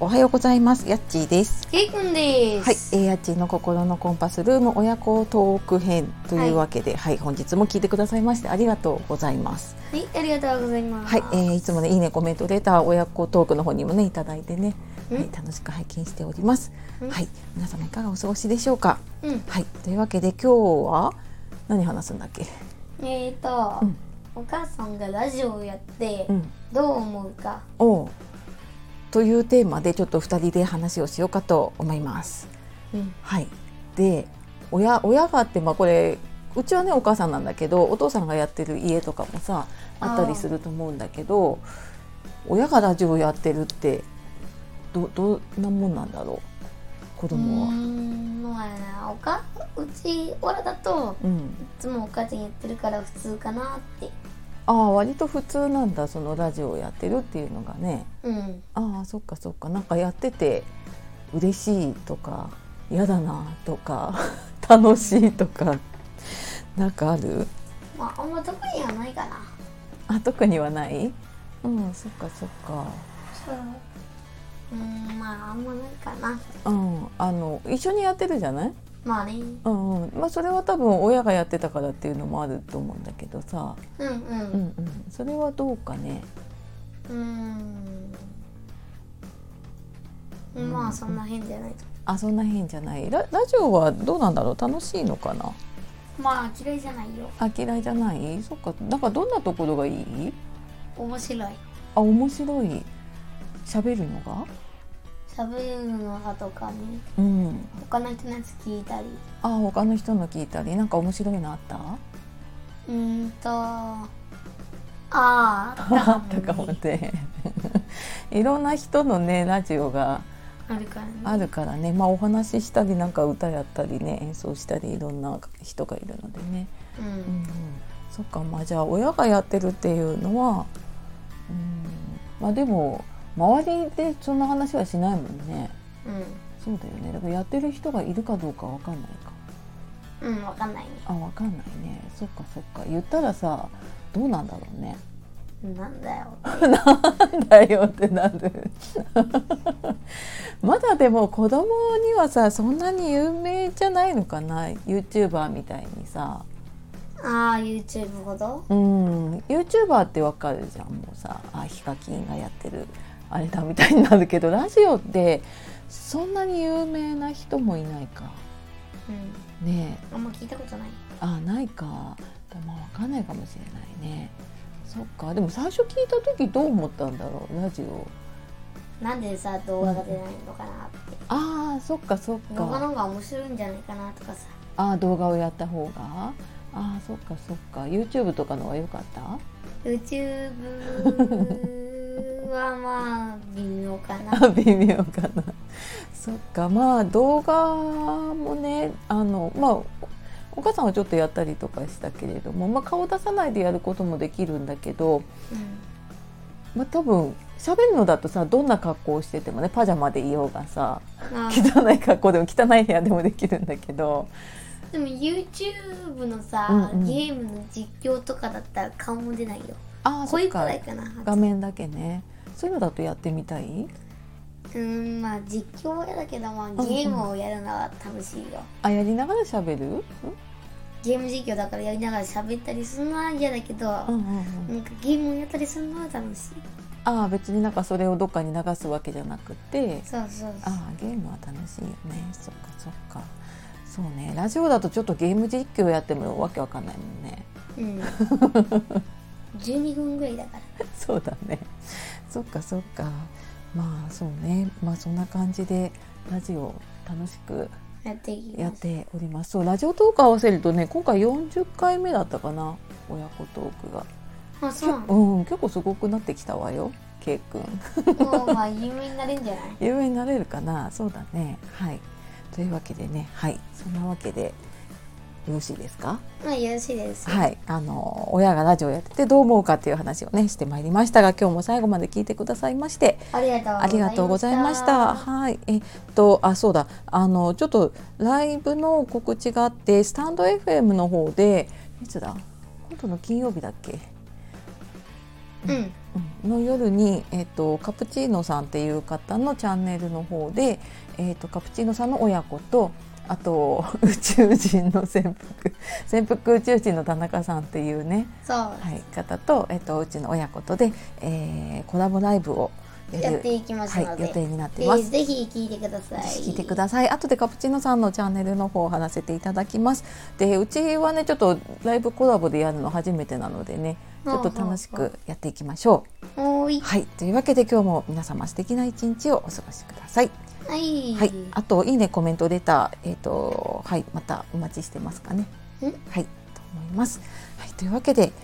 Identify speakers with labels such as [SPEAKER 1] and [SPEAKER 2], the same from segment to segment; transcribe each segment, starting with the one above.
[SPEAKER 1] おはようございます。やっちーです。
[SPEAKER 2] ケイくんで
[SPEAKER 1] はい、
[SPEAKER 2] す。
[SPEAKER 1] えー、やっちーの心のコンパスルーム親子トーク編というわけで、はい、本日も聞いてくださいましてありがとうございます。
[SPEAKER 2] はい、ありがとうございます。
[SPEAKER 1] はい、えー、いつもねいいねコメントレター親子トークの方にもねいただいてね、
[SPEAKER 2] うん
[SPEAKER 1] はい、楽しく拝見しております。
[SPEAKER 2] うん
[SPEAKER 1] はい、皆様いかがお過ごしでしょうか。
[SPEAKER 2] うん、
[SPEAKER 1] はい、というわけで今日は何話すんだっけ。
[SPEAKER 2] えーと、
[SPEAKER 1] うん
[SPEAKER 2] お母さんがラジオをやって、
[SPEAKER 1] うん、
[SPEAKER 2] どう思うか。
[SPEAKER 1] おうというテーマでちょっと二人で話をしようかと思います。
[SPEAKER 2] うん、
[SPEAKER 1] はい、で親親があって、まあ、これうちはねお母さんなんだけどお父さんがやってる家とかもさあったりすると思うんだけど親がラジオやってるってどどんなもんなんだろう子
[SPEAKER 2] うー
[SPEAKER 1] 供は。
[SPEAKER 2] ん、まあ、おか、うち、オラだと、
[SPEAKER 1] うん、
[SPEAKER 2] いつもお母ちゃんやってるから普通かなって。
[SPEAKER 1] ああ割と普通なんだそのラジオをやってるっていうのがね。
[SPEAKER 2] うん、
[SPEAKER 1] ああそっかそっかなんかやってて嬉しいとか嫌だなとか 楽しいとかなんかある
[SPEAKER 2] まあ、あんま特にはないかな。
[SPEAKER 1] あ特にはないうんそっかそっか
[SPEAKER 2] そう。うーん、まあ、あんまないかな。
[SPEAKER 1] うんあの一緒にやってるじゃない
[SPEAKER 2] まあね。
[SPEAKER 1] うんうんまあそれは多分親がやってたからっていうのもあると思うんだけどさ
[SPEAKER 2] うん、う、
[SPEAKER 1] うんんうんそれはどうかね
[SPEAKER 2] うーん。まあ、そんな変じゃないと。
[SPEAKER 1] あそんな変じゃないララジオはどうなんだろう楽しいのかな
[SPEAKER 2] まあ、嫌いじゃないよ。
[SPEAKER 1] あ嫌いじゃないそっかなんかどんなところがいい
[SPEAKER 2] 面白い
[SPEAKER 1] あ面白い喋るのが
[SPEAKER 2] 喋るのだとかね
[SPEAKER 1] うん
[SPEAKER 2] 他の人のやつ聞いたり
[SPEAKER 1] あ他の人の聞いたりなんか面白いのあった
[SPEAKER 2] うーんとあああった
[SPEAKER 1] あ
[SPEAKER 2] か
[SPEAKER 1] っ
[SPEAKER 2] も,、
[SPEAKER 1] たかもね いろんな人のねラジオが
[SPEAKER 2] あるからね
[SPEAKER 1] あるからね、まあ、お話ししたりなんか歌やったりね演奏したりいろんな人がいるのでね、
[SPEAKER 2] う
[SPEAKER 1] うん
[SPEAKER 2] ん
[SPEAKER 1] うん、そっかまあじゃあ親がやってるっていうのはうんまあでも周りでそんな話はしないもんねそうだよねだからやってる人がいるかどうかわかんないか
[SPEAKER 2] うん、うん、わかんない
[SPEAKER 1] あわかんないねそっかそっか言ったらさどうなんだろうね
[SPEAKER 2] ねなんだよ
[SPEAKER 1] だよってなる まだでも子供にはさそんなに有名じゃないのかな YouTuber みたいにさ
[SPEAKER 2] ああ YouTube ほど
[SPEAKER 1] うん YouTuber ってわかるじゃんもうさあヒカキンがやってるあれだみたいになるけどラジオってそんなに有名な人もいないか
[SPEAKER 2] うん
[SPEAKER 1] ねえ
[SPEAKER 2] あんま聞いたことない
[SPEAKER 1] あないかでも分かんないかもしれないねそっかでも最初聞いた時どう思ったんだろうラジオ
[SPEAKER 2] なんでさ動画が出ないのかなって
[SPEAKER 1] あーそっかそっ
[SPEAKER 2] 動画
[SPEAKER 1] か
[SPEAKER 2] の方が面白いんじゃないかなとかさ
[SPEAKER 1] あー動画をやった方があーそっかそっか YouTube とかのは良かった
[SPEAKER 2] YouTube はまあ微妙か な
[SPEAKER 1] あ微妙かなそっかまあ動画もねあのまあおお母さんはちょっとやったりとかしたけれども、まあ、顔出さないでやることもできるんだけど、
[SPEAKER 2] うん
[SPEAKER 1] まあ、多分喋るのだとさどんな格好をしててもねパジャマでいようがさ
[SPEAKER 2] まあ
[SPEAKER 1] 汚い格好でも汚い部屋でもできるんだけど
[SPEAKER 2] でも YouTube のさ、
[SPEAKER 1] うんうん
[SPEAKER 2] ゲームの実況とかだったら顔も出ないよ
[SPEAKER 1] ああ
[SPEAKER 2] こう
[SPEAKER 1] そ
[SPEAKER 2] い
[SPEAKER 1] っ
[SPEAKER 2] うく
[SPEAKER 1] から
[SPEAKER 2] いかな
[SPEAKER 1] 画面だけねそういうのだとやってみたいう
[SPEAKER 2] ーんまあ実況は嫌だけど、まあ、
[SPEAKER 1] うん
[SPEAKER 2] ゲームをやるのは楽しいよ、
[SPEAKER 1] あやりながら喋るん
[SPEAKER 2] ゲーム実況だからやりながら喋ったりするのは嫌だけど、
[SPEAKER 1] うんうんうん
[SPEAKER 2] なんかゲームをやったりするのは楽しい
[SPEAKER 1] ああ別になんかそれをどっかに流すわけじゃなくて
[SPEAKER 2] そうそうそう
[SPEAKER 1] ああゲームは楽しいよねそっかそっかそうねラジオだとちょっとゲーム実況やってもわけわかんないもんね
[SPEAKER 2] うん12分ぐらいだから
[SPEAKER 1] そうだねそっかそっかまあそうねまあそんな感じでラジオ楽しく
[SPEAKER 2] やっていき
[SPEAKER 1] や
[SPEAKER 2] ま
[SPEAKER 1] っ
[SPEAKER 2] す
[SPEAKER 1] ております。そうラジオトーク合わせるとね今回40回目だったかな親子トークが。
[SPEAKER 2] あそうなの
[SPEAKER 1] うん結構すごくなってきたわよ。ケイ君
[SPEAKER 2] もうまあ有名になれるんじゃない
[SPEAKER 1] 有名になれるかなそうだねはいというわけでねはいそんなわけでよろしいですか
[SPEAKER 2] まあよろしいです
[SPEAKER 1] はいあの親がラジオやっててどう思うかっていう話をねしてまいりましたが今日も最後まで聞いてくださいまして
[SPEAKER 2] ありが
[SPEAKER 1] ありがと
[SPEAKER 2] と
[SPEAKER 1] う
[SPEAKER 2] う
[SPEAKER 1] ご
[SPEAKER 2] ご
[SPEAKER 1] ざ
[SPEAKER 2] ざ
[SPEAKER 1] い
[SPEAKER 2] い
[SPEAKER 1] ま
[SPEAKER 2] ま
[SPEAKER 1] し。
[SPEAKER 2] したた
[SPEAKER 1] はい、えっと、あ、そうだ、あの、ちょっとライブの告知があって、スタンド FM の方で、いつだ今度の金曜日だっけ
[SPEAKER 2] うん
[SPEAKER 1] の夜に、えっとカプチーノさんっていう方のチャンネルの方で、えっとカプチーノさんの親子とあと 宇宙人の潜伏潜伏宇宙人の田中さんっていうね、
[SPEAKER 2] そう、
[SPEAKER 1] はい、方と,、えっとうちの親子とで、えーコラボライブをや
[SPEAKER 2] やっ
[SPEAKER 1] る
[SPEAKER 2] ていきます
[SPEAKER 1] は
[SPEAKER 2] の
[SPEAKER 1] い、
[SPEAKER 2] で、
[SPEAKER 1] 予定になっていま。
[SPEAKER 2] ですぜひ聞いてください
[SPEAKER 1] 聞いてください。後でカプチーノさんのチャンネルの方を話せていただきます。で、うちはね、ちょっとライブコラボでやるの初めてなのでね、ちょっと楽しくやっていきましょう。
[SPEAKER 2] おーい
[SPEAKER 1] はい、というわけで今日も皆様素敵な一日をお過ごしください。
[SPEAKER 2] はい、
[SPEAKER 1] はい、あといいねコメントレター、えっ、とはい、またお待ちしてますかね。
[SPEAKER 2] ん
[SPEAKER 1] はい、と思います。はい、というわけで今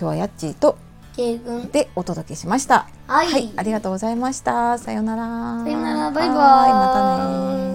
[SPEAKER 1] 日はやっちーと
[SPEAKER 2] K 君
[SPEAKER 1] でお届けしました。
[SPEAKER 2] はい、
[SPEAKER 1] はい、ありがとうございました。さようなら。
[SPEAKER 2] さようならバイバ
[SPEAKER 1] は
[SPEAKER 2] イ
[SPEAKER 1] ーいまたね